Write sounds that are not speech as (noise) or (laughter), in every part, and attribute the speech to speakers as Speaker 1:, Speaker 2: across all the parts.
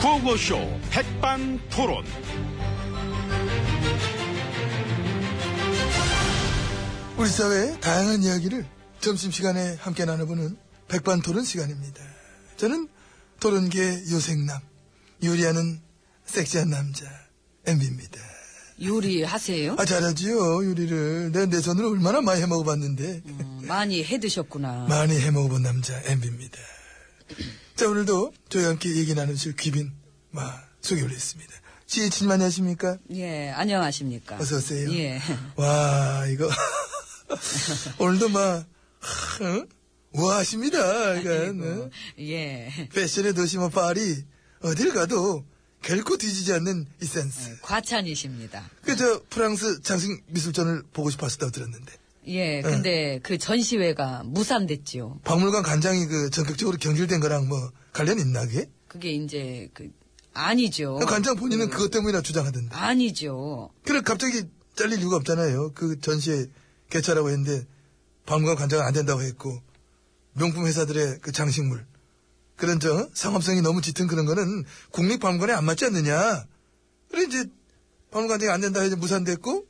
Speaker 1: 구호쇼 백반토론.
Speaker 2: 우리 사회의 다양한 이야기를 점심시간에 함께 나눠보는 백반토론 시간입니다. 저는 토론계 요생남, 요리하는 섹시한 남자, MB입니다.
Speaker 3: 요리하세요?
Speaker 2: 아, 잘하지요, 요리를. 내가 내 손으로 얼마나 많이 해먹어봤는데.
Speaker 3: 음, 많이 해 드셨구나.
Speaker 2: 많이 해먹어본 남자, MB입니다. 자, 오늘도 저희와 함께 얘기 나누실 귀빈, 마, 소개 올렸습니다. 지혜진님 안녕하십니까?
Speaker 3: 예, 안녕하십니까.
Speaker 2: 어서오세요.
Speaker 3: 예.
Speaker 2: 와, 이거. (laughs) 오늘도 막, 응? 우아하십니다. 그러니까, 응?
Speaker 3: (laughs) 예.
Speaker 2: 패션의 도시 뭐 파리, 어딜 가도 결코 뒤지지 않는 이 센스.
Speaker 3: 과찬이십니다.
Speaker 2: 그, 저, 프랑스 장식 미술전을 보고 싶었다고 들었는데.
Speaker 3: 예,
Speaker 2: 어.
Speaker 3: 근데 그 전시회가 무산됐지요.
Speaker 2: 박물관 간장이 그 전격적으로 경질된 거랑 뭐 관련 있나, 그게?
Speaker 3: 그게 이제 그 아니죠.
Speaker 2: 그 간장 본인은 그것 때문이라 주장하던데.
Speaker 3: 아니죠.
Speaker 2: 그래, 갑자기 잘릴 이유가 없잖아요. 그 전시에 개최라고 했는데, 박물관 간장은 안 된다고 했고, 명품 회사들의 그 장식물. 그런 저, 어? 상업성이 너무 짙은 그런 거는 국립박물관에 안 맞지 않느냐. 그래, 이제, 박물관 장이안 된다 해서 무산됐고,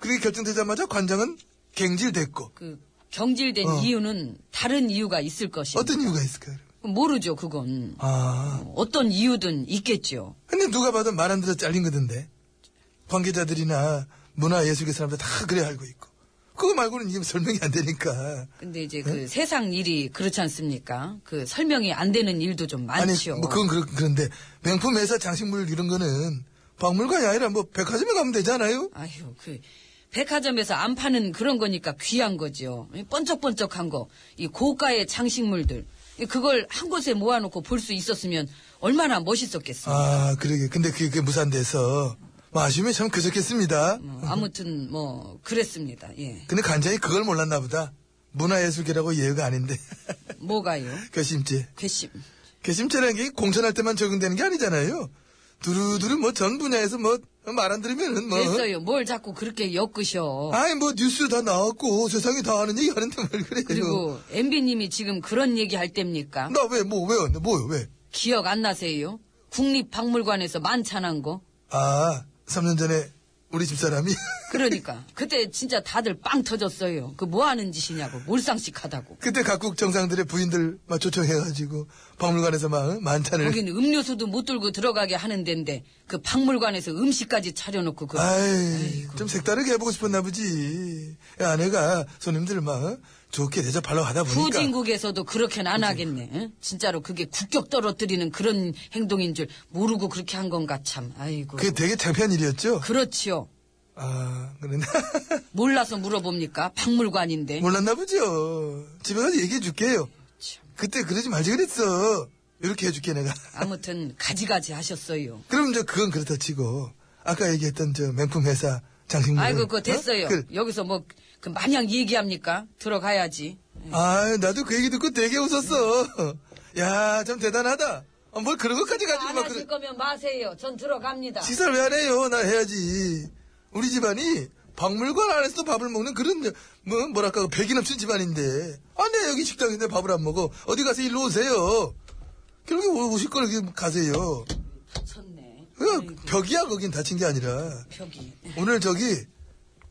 Speaker 2: 그렇게 결정되자마자 관장은 갱질됐고,
Speaker 3: 그 경질된
Speaker 2: 어.
Speaker 3: 이유는 다른 이유가 있을 것이고
Speaker 2: 어떤 이유가 있을까요? 여러분?
Speaker 3: 모르죠, 그건.
Speaker 2: 아.
Speaker 3: 어떤 이유든 있겠죠.
Speaker 2: 근데 누가 봐도 말 안 들어 잘린 거던데. 관계자들이나 문화예술계 사람들 다 그래 알고 있고. 그거 말고는 이게 설명이 안 되니까.
Speaker 3: 근데 이제 그
Speaker 2: 네?
Speaker 3: 세상 일이 그렇지 않습니까? 그 설명이 안 되는 일도 좀
Speaker 2: 아니,
Speaker 3: 많죠.
Speaker 2: 뭐, 그건 그렇, 그런데, 명품 회사 장식물 이런 거는, 박물관이 아니라 뭐, 백화점에 가면 되잖아요?
Speaker 3: 아유, 그, 백화점에서 안 파는 그런 거니까 귀한 거죠. 이 번쩍번쩍한 거, 이 고가의 장식물들. 이 그걸 한 곳에 모아놓고 볼 수 있었으면 얼마나 멋있었겠어요.
Speaker 2: 아, 그러게. 근데 그게, 그게 무산돼서, 뭐 아쉬움이 참 그저께습니다.
Speaker 3: 뭐, 아무튼, 뭐, 그랬습니다. 예.
Speaker 2: 근데 간장이 그걸 몰랐나 보다. 문화예술계라고 예의가 아닌데. (laughs)
Speaker 3: 뭐가요?
Speaker 2: 괘씸죄.
Speaker 3: 괘씸.
Speaker 2: 괘씸죄라는 게 공천할 때만 적용되는 게 아니잖아요. 두루두루 뭐 전 분야에서 뭐 말 안 들으면은 뭐.
Speaker 3: 됐어요. 뭘 자꾸 그렇게 엮으셔.
Speaker 2: 아니, 뭐 뉴스 다 나왔고 세상이 다 아는 얘기 하는데 뭘 그래요.
Speaker 3: 그리고, MB님이 지금 그런 얘기 할 때입니까?
Speaker 2: 나 왜, 뭐, 왜요? 뭐요, 왜?
Speaker 3: 기억 안 나세요? 국립박물관에서 만찬한 거?
Speaker 2: 아, 3년 전에 우리 집사람이. (laughs)
Speaker 3: 그러니까. 그때 진짜 다들 빵 터졌어요. 그 뭐 하는 짓이냐고. 몰상식하다고.
Speaker 2: 그때 각국 정상들의 부인들 막 초청해가지고 박물관에서 막 어? 만찬을
Speaker 3: 거긴 음료수도 못 들고 들어가게 하는 데인데 그 박물관에서 음식까지 차려놓고 그
Speaker 2: 아이, 좀 색다르게 해보고 싶었나 보지. 아내가 손님들 막 어? 좋게 대접하려고 하다 보니까.
Speaker 3: 후진국에서도 그렇게는 안 하겠네. 응? 진짜로 그게 국격 떨어뜨리는 그런 행동인 줄 모르고 그렇게 한 건가 참. 아이고.
Speaker 2: 그게 되게 창피한 일이었죠?
Speaker 3: 그렇지요.
Speaker 2: 아, 그랬나?
Speaker 3: 몰라서 물어봅니까? 박물관인데.
Speaker 2: (laughs) 몰랐나 보죠. 집에 가서 얘기해 줄게요.
Speaker 3: 참.
Speaker 2: 그때 그러지 말지 그랬어. 이렇게 해줄게, 내가. (laughs)
Speaker 3: 아무튼 가지가지 하셨어요.
Speaker 2: 그럼 저 그건 그렇다 치고, 아까 얘기했던 저 명품 회사 장식물.
Speaker 3: 아이고 그거
Speaker 2: 어?
Speaker 3: 됐어요.
Speaker 2: 그-
Speaker 3: 여기서 뭐 그 마냥 얘기합니까? 들어가야지.
Speaker 2: 아, 나도 그 얘기 듣고 되게 웃었어. 야, 참 대단하다. 아, 뭘 그런 것까지 가지고
Speaker 3: 안
Speaker 2: 막
Speaker 3: 하실
Speaker 2: 그래.
Speaker 3: 거면 마세요. 전 들어갑니다.
Speaker 2: 식사를 왜 안 해요? 나 해야지. 우리 집안이 박물관 안에서도 밥을 먹는 그런, 뭐, 뭐랄까, 그 백이 넘친 집안인데. 아, 내 여기 식당인데 밥을 안 먹어. 어디 가서 일로 오세요. 결국에 오- 오실 걸 이렇게 가세요.
Speaker 3: 쳤네.
Speaker 2: 그 벽이야, 거긴 다친 게 아니라.
Speaker 3: 벽이.
Speaker 2: 오늘 저기,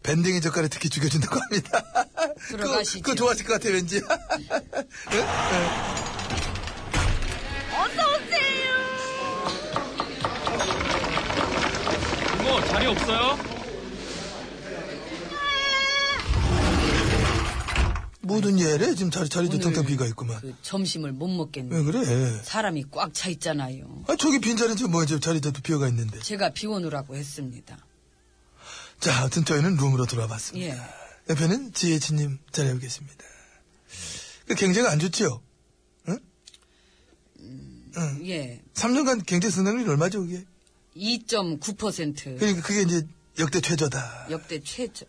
Speaker 2: 밴댕이 젓갈에 특히 죽여준다고 합니다. (laughs)
Speaker 3: 들어가시죠.
Speaker 2: 그거, 그거 좋아하실 것 같아, 왠지. (laughs) 어?
Speaker 1: 뭐 자리 없어요?
Speaker 2: 모든 예래 지금 자리, 자리도
Speaker 3: 오늘
Speaker 2: 텅텅 비가 있구만.
Speaker 3: 그 점심을 못 먹겠네.
Speaker 2: 왜 그래?
Speaker 3: 사람이 꽉 차 있잖아요.
Speaker 2: 아, 저기 빈자리는 지금 뭐야, 지금 자리도 비어가 있는데.
Speaker 3: 제가 비워놓으라고 했습니다.
Speaker 2: 자, 아무튼 저희는 룸으로 돌아봤습니다.
Speaker 3: 예.
Speaker 2: 옆에는 지혜진님 자리하고 계십니다. 그 경제가 안 좋지요? 응? 응.
Speaker 3: 예.
Speaker 2: 3년간 경제 성장률이 얼마죠, 그게?
Speaker 3: 2.9%
Speaker 2: 그러니까 그게 이제 역대 최저다.
Speaker 3: 역대 최저.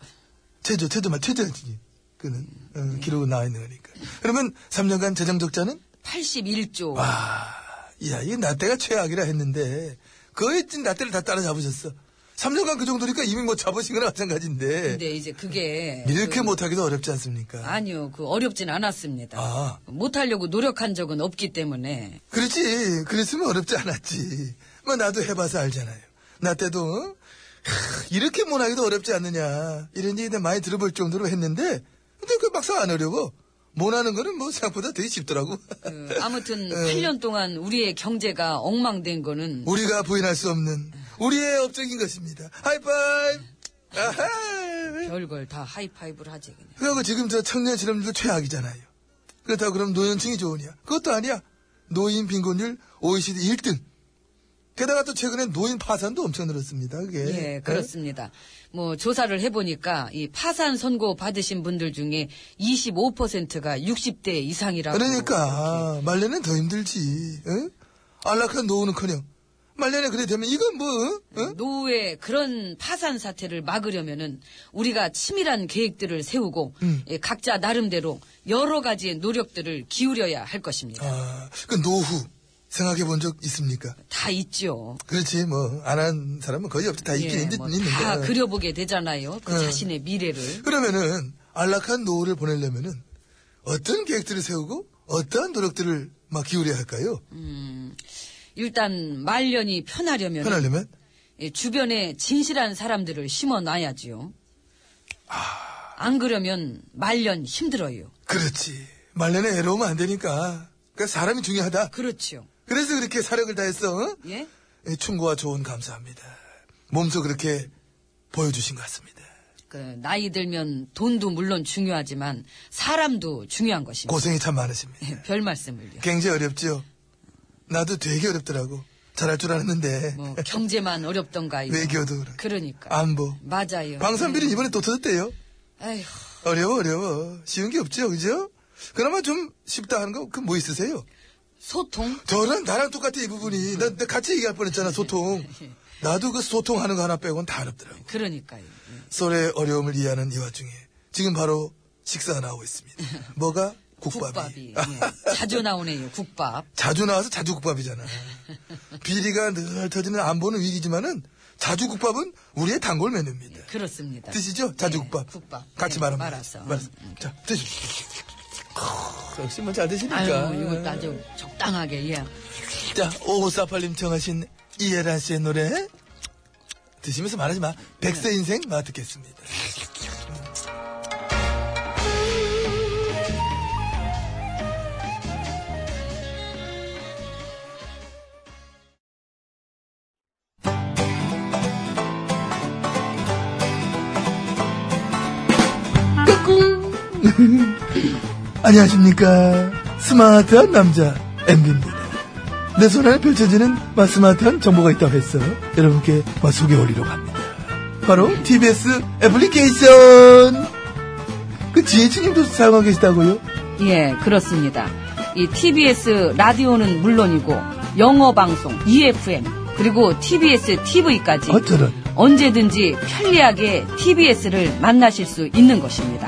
Speaker 2: 최저, 최저 말, 최저지. 그는 어,
Speaker 3: 음.
Speaker 2: 기록은 나와 있는 거니까. 그러면 3년간 재정 적자는
Speaker 3: 81조.
Speaker 2: 야, 이게 나때가 최악이라 했는데, 거의 찐 나때를 다 따라잡으셨어. 3년간 그 정도니까 이미 뭐 잡으신 거나 마찬가지인데,
Speaker 3: 근데 이제 그게
Speaker 2: 이렇게
Speaker 3: 그-
Speaker 2: 못하기도 어렵지 않습니까?
Speaker 3: 아니요, 그 어렵진 않았습니다.
Speaker 2: 아.
Speaker 3: 못하려고 노력한 적은 없기 때문에
Speaker 2: 그렇지. 그랬으면 어렵지 않았지. 뭐 나도 해봐서 알잖아요. 나 때도 어? 하, 이렇게 못하기도 어렵지 않느냐 이런 얘기 많이 들어볼 정도로 했는데 근데 그 막상 안 어려워. 못하는 거는 뭐 생각보다 되게 쉽더라고. 어,
Speaker 3: 그, 아무튼 8년 동안 우리의 경제가 엉망된 거는
Speaker 2: 우리가 부인할 수 없는 우리의 업적인 것입니다. 하이파이브!
Speaker 3: 음.
Speaker 2: 아하!
Speaker 3: 별걸 다 하이파이브를 하지 그냥.
Speaker 2: 그리고 지금 저 청년 실업률도 최악이잖아요. 그렇다고 그럼 노년층이 좋으냐? 그것도 아니야. 노인 빈곤율 OECD 1등. 게다가 또 최근에 노인 파산도 엄청 늘었습니다. 그게.
Speaker 3: 예, 그렇습니다. 뭐 조사를 해보니까 이 파산 선고 받으신 분들 중에 25%가 60대 이상이라고. 어,
Speaker 2: 그러니까 말년엔 더 힘들지. 응? 안락한 노후는커녕 말년에 그래 되면 이건 뭐? 응?
Speaker 3: 이렇게 노후에 그런 파산 사태를 막으려면은 우리가 치밀한 계획들을 세우고
Speaker 2: 음.
Speaker 3: 예, 각자 나름대로 여러 가지의 노력들을 기울여야 할 것입니다.
Speaker 2: 아, 그 노후 생각해 본 적 있습니까?
Speaker 3: 다 있죠.
Speaker 2: 그렇지 뭐 안 한 사람은 거의 없지 다 아, 있긴
Speaker 3: 예,
Speaker 2: 있는-
Speaker 3: 뭐
Speaker 2: 있는데.
Speaker 3: 다 그려보게 되잖아요. 그
Speaker 2: 어.
Speaker 3: 자신의 미래를.
Speaker 2: 그러면은 안락한 노후를 보내려면은 어떤 계획들을 세우고 어떠한 노력들을 막 기울여야 할까요?
Speaker 3: 음, 일단 말년이 편하려면
Speaker 2: 편하려면
Speaker 3: 예, 주변에 진실한 사람들을 심어 놔야지요.
Speaker 2: 아.
Speaker 3: 안 그러면 말년 힘들어요.
Speaker 2: 그렇지 말년에 애로우면 안 되니까 그러니까 사람이 중요하다.
Speaker 3: 그렇죠.
Speaker 2: 그래서 그렇게 사력을 다했어. 어?
Speaker 3: 예?
Speaker 2: 예, 충고와 조언 감사합니다. 몸소 그렇게 보여주신 것 같습니다.
Speaker 3: 그, 나이 들면 돈도 물론 중요하지만 사람도 중요한 것입니다.
Speaker 2: 고생이 참 많으십니다.
Speaker 3: 예, 별 말씀을요.
Speaker 2: 굉장히 어렵죠. 나도 되게 어렵더라고. 잘할 줄 알았는데
Speaker 3: 뭐 경제만
Speaker 2: (laughs)
Speaker 3: 어렵던가요.
Speaker 2: 외교도 그렇고.
Speaker 3: 그러니까.
Speaker 2: 안보
Speaker 3: 맞아요. 예.
Speaker 2: 방산비는 이번에 또 터졌대요.
Speaker 3: 아휴,
Speaker 2: 어려워, 어려워. 쉬운 게 없죠, 그죠? 그나마 좀 쉽다 하는 거, 그 뭐 있으세요?
Speaker 3: 소통?
Speaker 2: 저는 나랑 똑같아, 이 부분이. 나, 나 같이 얘기할 뻔 했잖아, 소통. 나도 그 소통하는 거 하나 빼고는 다 어렵더라고.
Speaker 3: 그러니까요. 예.
Speaker 2: 서로의 어려움을 이해하는 이 와중에 지금 바로 식사가 나오고 있습니다. 뭐가? 국밥이.
Speaker 3: 국밥이.
Speaker 2: 아,
Speaker 3: 예. 자주 나오네요, 국밥.
Speaker 2: (laughs) 자주 나와서 자주 국밥이잖아. 비리가 늘 터지는 안보는 위기지만은 자주 국밥은 우리의 단골 메뉴입니다.
Speaker 3: 그렇습니다.
Speaker 2: 드시죠? 자주
Speaker 3: 예,
Speaker 2: 국밥.
Speaker 3: 국밥.
Speaker 2: 같이
Speaker 3: 예,
Speaker 2: 말아
Speaker 3: 말아서. 음.
Speaker 2: 말아서. 자, 드십시오. 역시 뭐 잘 드시니까.
Speaker 3: 아유, 이것도 아주 적당하게, 예.
Speaker 2: 자, 5548님 청하신 이혜란 씨의 노래. 드시면서 말하지 마. 백세 인생 마 듣겠습니다. (laughs) 안녕하십니까. 스마트한 남자, 엠비입니다. 내 손안에 펼쳐지는 마, 스마트한 정보가 있다고 해서 여러분께 마, 소개 올리려고 합니다. 바로 TBS 애플리케이션! 그 지혜진님도 사용하고 계시다고요?
Speaker 3: 예, 그렇습니다. 이 TBS 라디오는 물론이고 영어 방송, EFM, 그리고 TBS TV까지
Speaker 2: 어쩌면.
Speaker 3: 언제든지 편리하게 TBS를 만나실 수 있는 것입니다.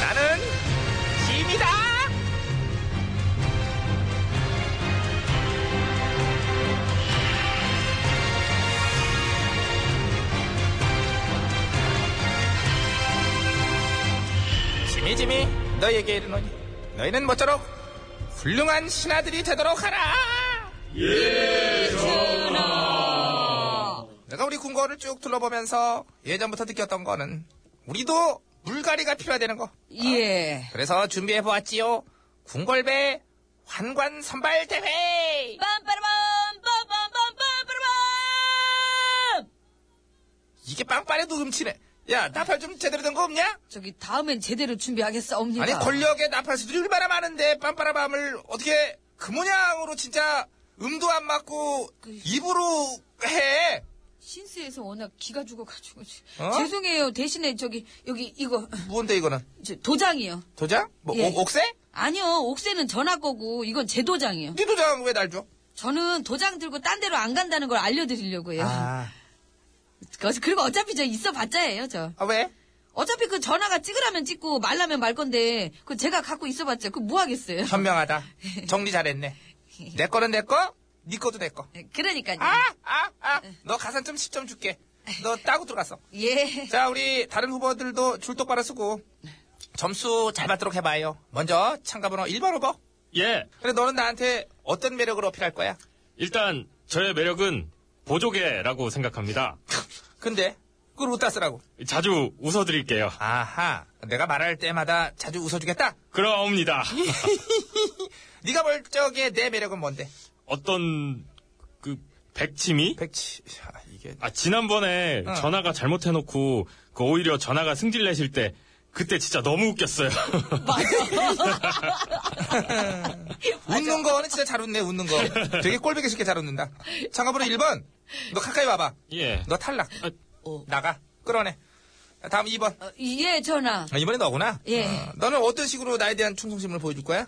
Speaker 1: 나는 짐이다. 짐이 짐이 너에게 이르노니 너희는 모쪼록 훌륭한 신하들이 되도록 하라. 예, 전하. 내가 우리 궁궐을 쭉 둘러보면서 예전부터 느꼈던 거는 우리도 물갈이가 필요하다는 거.
Speaker 3: 예.
Speaker 1: 그래서 준비해 보았지요. 궁궐배 환관 선발 대회.
Speaker 3: 빰빠라밤, 빰빰빰빰빠라밤!
Speaker 1: 이게 빵빠레도 음치네. 야 나팔 좀 제대로 된 거 없냐?
Speaker 3: 저기 다음엔 제대로 준비하겠사옵니다.
Speaker 1: 아니 권력의 나팔수들이 얼마나 많은데 빰빠라밤을 어떻게 그 모양으로 진짜 음도 안 맞고 입으로 해?
Speaker 3: 신스에서 워낙 기가 죽어가지고 지-
Speaker 1: 어?
Speaker 3: 죄송해요. 대신에 저기 여기 이거
Speaker 1: 뭔데 이거는?
Speaker 3: 저, 도장이요.
Speaker 1: 도장? 뭐
Speaker 3: 예.
Speaker 1: 옥- 옥새?
Speaker 3: 아니요, 옥새는 전화 거고 이건 제 도장이요.
Speaker 1: 네 도장 왜 날 줘?
Speaker 3: 저는 도장 들고 딴 데로 안 간다는 걸 알려드리려고 해요.
Speaker 1: 아,
Speaker 3: 그- 그리고 어차피 저 있어봤자예요, 저.
Speaker 1: 아 왜?
Speaker 3: 어차피 그 전화가 찍으라면 찍고 말라면 말 건데 그 제가 갖고 있어봤자 그 뭐 하겠어요.
Speaker 1: 현명하다. 정리 잘했네. 내 거는 내 거, 네 거도 내 거.
Speaker 3: 예, 그러니까요.
Speaker 1: 아, 아, 아. 너 가산 점 10점 줄게. 너 따고 들어갔어.
Speaker 3: 예.
Speaker 1: 자, 우리 다른 후보들도 줄 똑바로 쓰고 점수 잘 받도록 해봐요. 먼저 참가번호 1번 후보.
Speaker 4: 예,
Speaker 1: 그래, 너는 나한테 어떤 매력을 어필할 거야?
Speaker 4: 일단 저의 매력은 보조개라고 생각합니다.
Speaker 1: 근데 그걸 웃다 쓰라고.
Speaker 4: 자주 웃어드릴게요.
Speaker 1: 아하, 내가 말할 때마다 자주 웃어주겠다.
Speaker 4: 그러옵니다.
Speaker 1: 네가 볼 적에 내 매력은 뭔데?
Speaker 4: 어떤 그 백치미?
Speaker 1: 백치, 아, 이게
Speaker 4: 아 지난번에
Speaker 1: 어.
Speaker 4: 전화가 잘못해놓고 그 오히려 전화가 승질 내실 때 그때 진짜 너무 웃겼어요.
Speaker 1: 웃는 거는 진짜 잘 웃네, 웃는 거. 되게 꼴보기 쉽게 잘 웃는다. 참가번호 1번. 너 가까이 와봐.
Speaker 4: (laughs) 예.
Speaker 1: 너 탈락.
Speaker 4: 아,
Speaker 1: 나가. 끌어내. 다음 2번.
Speaker 3: 어, 예, 전화.
Speaker 1: 아, 이번에 너구나.
Speaker 3: 예.
Speaker 1: 어, 너는 어떤 식으로 나에 대한 충성심을 보여줄 거야?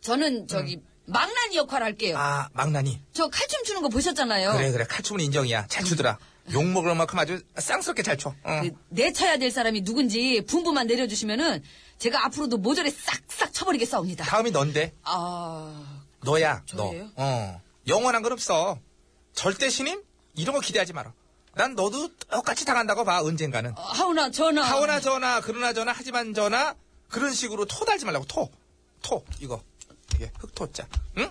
Speaker 3: 저는 저기 망나니 역할 할게요.
Speaker 1: 음. 아, 망나니.
Speaker 3: 저 칼춤 추는 거 보셨잖아요.
Speaker 1: 그래, 그래. 칼춤은 인정이야. 잘 추더라. 욕먹을 만큼 아주 쌍스럽게 잘 춰. 어.
Speaker 3: 그 내쳐야 될 사람이 누군지 분부만 내려주시면은 제가 앞으로도 모조리 싹싹 쳐버리겠사옵니다.
Speaker 1: 다음이 넌데.
Speaker 3: 아,
Speaker 1: 너야,
Speaker 3: 저예요?
Speaker 1: 너. 어. 영원한 건 없어. 절대 신임? 이런 거 기대하지 마라. 난 너도 똑같이 당한다고 봐, 언젠가는.
Speaker 3: 어, 하오나 전화.
Speaker 1: 하오나 저나, 그러나 저나, 하지만 저나, 그런 식으로 토 달지 말라고, 토. 토, 이거. 이게 흑토자. 응?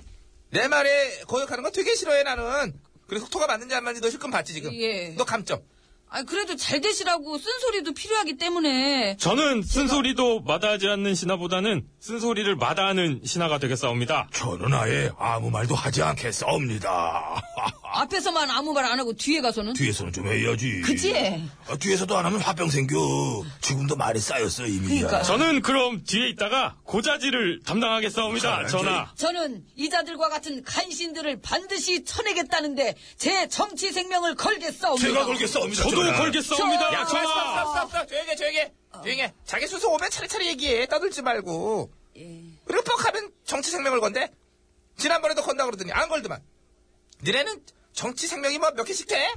Speaker 1: 내 말에 거역하는 거 되게 싫어해, 나는. 그래서 흑토가 맞는지 안 맞는지 너 실컷 봤지, 지금?
Speaker 3: 예.
Speaker 1: 너 감점.
Speaker 3: 아, 그래도 잘 되시라고 쓴소리도 필요하기 때문에
Speaker 4: 저는 쓴소리도 마다하지 않는 신하보다는 쓴소리를 마다하는 신하가 되겠사옵니다.
Speaker 5: 저는 아예 아무 말도 하지 않겠사옵니다. (laughs)
Speaker 3: 앞에서만 아무 말 안 하고 뒤에 가서는
Speaker 5: 뒤에서는 좀 해야지.
Speaker 3: 그치?
Speaker 5: 아, 뒤에서도 안 하면 화병 생겨. 지금도 말이 쌓였어, 이미.
Speaker 3: 그러니까.
Speaker 4: 저는 그럼 뒤에 있다가 고자질을 담당하겠사옵니다. 전하.
Speaker 3: 저는 이자들과 같은 간신들을 반드시 쳐내겠다는데 제 정치 생명을 걸겠사옵니다.
Speaker 5: 제가 아. 걸겠사옵니다.
Speaker 4: 저도
Speaker 5: 전하.
Speaker 4: 걸겠사옵니다.
Speaker 1: 야, 스톱,
Speaker 4: 전하.
Speaker 3: 아.
Speaker 1: 스톱, 스톱, 스톱. 아. 조용히 해, 조용히 해. 조용히 해. 자기 순서 오면 차례차례 얘기해. 떠들지 말고.
Speaker 3: 예,
Speaker 1: 그리고 뻑 하면 정치 생명을 건데? 지난번에도 건다 그러더니 안 걸더만. 니네는 정치 생명이 뭐 몇 개씩 돼?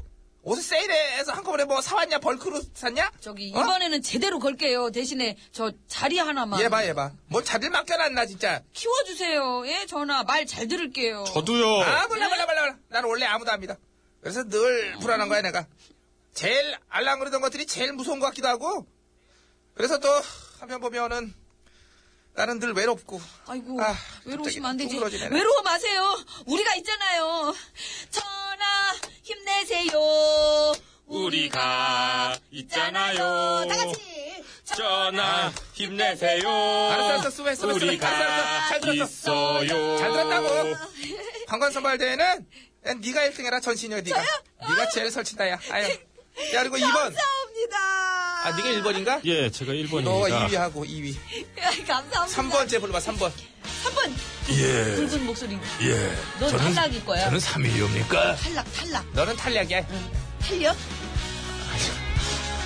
Speaker 1: 옷을 세일해서 한꺼번에 뭐 사왔냐? 벌크로 샀냐?
Speaker 3: 저기
Speaker 1: 어?
Speaker 3: 이번에는 제대로 걸게요. 대신에 저 자리 하나만
Speaker 1: 얘봐, 얘봐. 뭔 자들 맡겨놨나, 진짜.
Speaker 3: 키워주세요. 예, 전화 말 잘 들을게요.
Speaker 4: 저도요.
Speaker 1: 아, 몰라, 몰라, 몰라, 몰라. 난 원래 아무도 압니다. 그래서 늘 불안한 거야, 내가. 제일 알랑거리던 것들이 제일 무서운 것 같기도 하고. 그래서 또, 한편 보면은, 나는 늘 외롭고.
Speaker 3: 아이고
Speaker 1: 아, 갑자기
Speaker 3: 외로우시면 안 되지.
Speaker 1: 둥그러지네.
Speaker 3: 외로워 마세요. 우리가 있잖아요. 전화 힘내세요.
Speaker 4: 우리가 있잖아요.
Speaker 3: 다 같이
Speaker 4: 전하 힘내세요.
Speaker 1: 알았어, 알았어, 수고했어, 수고했어.
Speaker 4: 우리가
Speaker 1: 알았어, 알았어, 잘 들었어.
Speaker 4: 있어요.
Speaker 1: 잘 들었다고. 관광 선발대회는, 야, 네가 1등해라, 전신여, 네가. 네가 제일 설친다, 야. 아유. 야, 그리고 2번.
Speaker 3: 감사합니다.
Speaker 1: 아, 네가 1번인가?
Speaker 4: 예, 제가
Speaker 1: 너
Speaker 4: 1번입니다.
Speaker 1: 2위하고 2위.
Speaker 3: 감사합니다.
Speaker 1: 3번째 불러봐, 3번.
Speaker 3: 3번
Speaker 5: 예,
Speaker 4: 네.
Speaker 3: 굵은 목소리.
Speaker 5: 예.
Speaker 3: 넌
Speaker 5: 저는,
Speaker 3: 탈락일 거야.
Speaker 5: 저는 3위입니까?
Speaker 3: 탈락 탈락
Speaker 1: 너는 탈락이야.
Speaker 3: 탈려.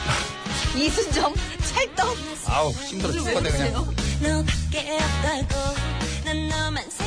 Speaker 3: 아, 이순정 찰떡.
Speaker 1: 아우, 힘들어
Speaker 3: 오늘 왜
Speaker 1: 죽겠네, 그냥.
Speaker 3: 그러세요?
Speaker 6: 너밖에 없다고 난 너만 사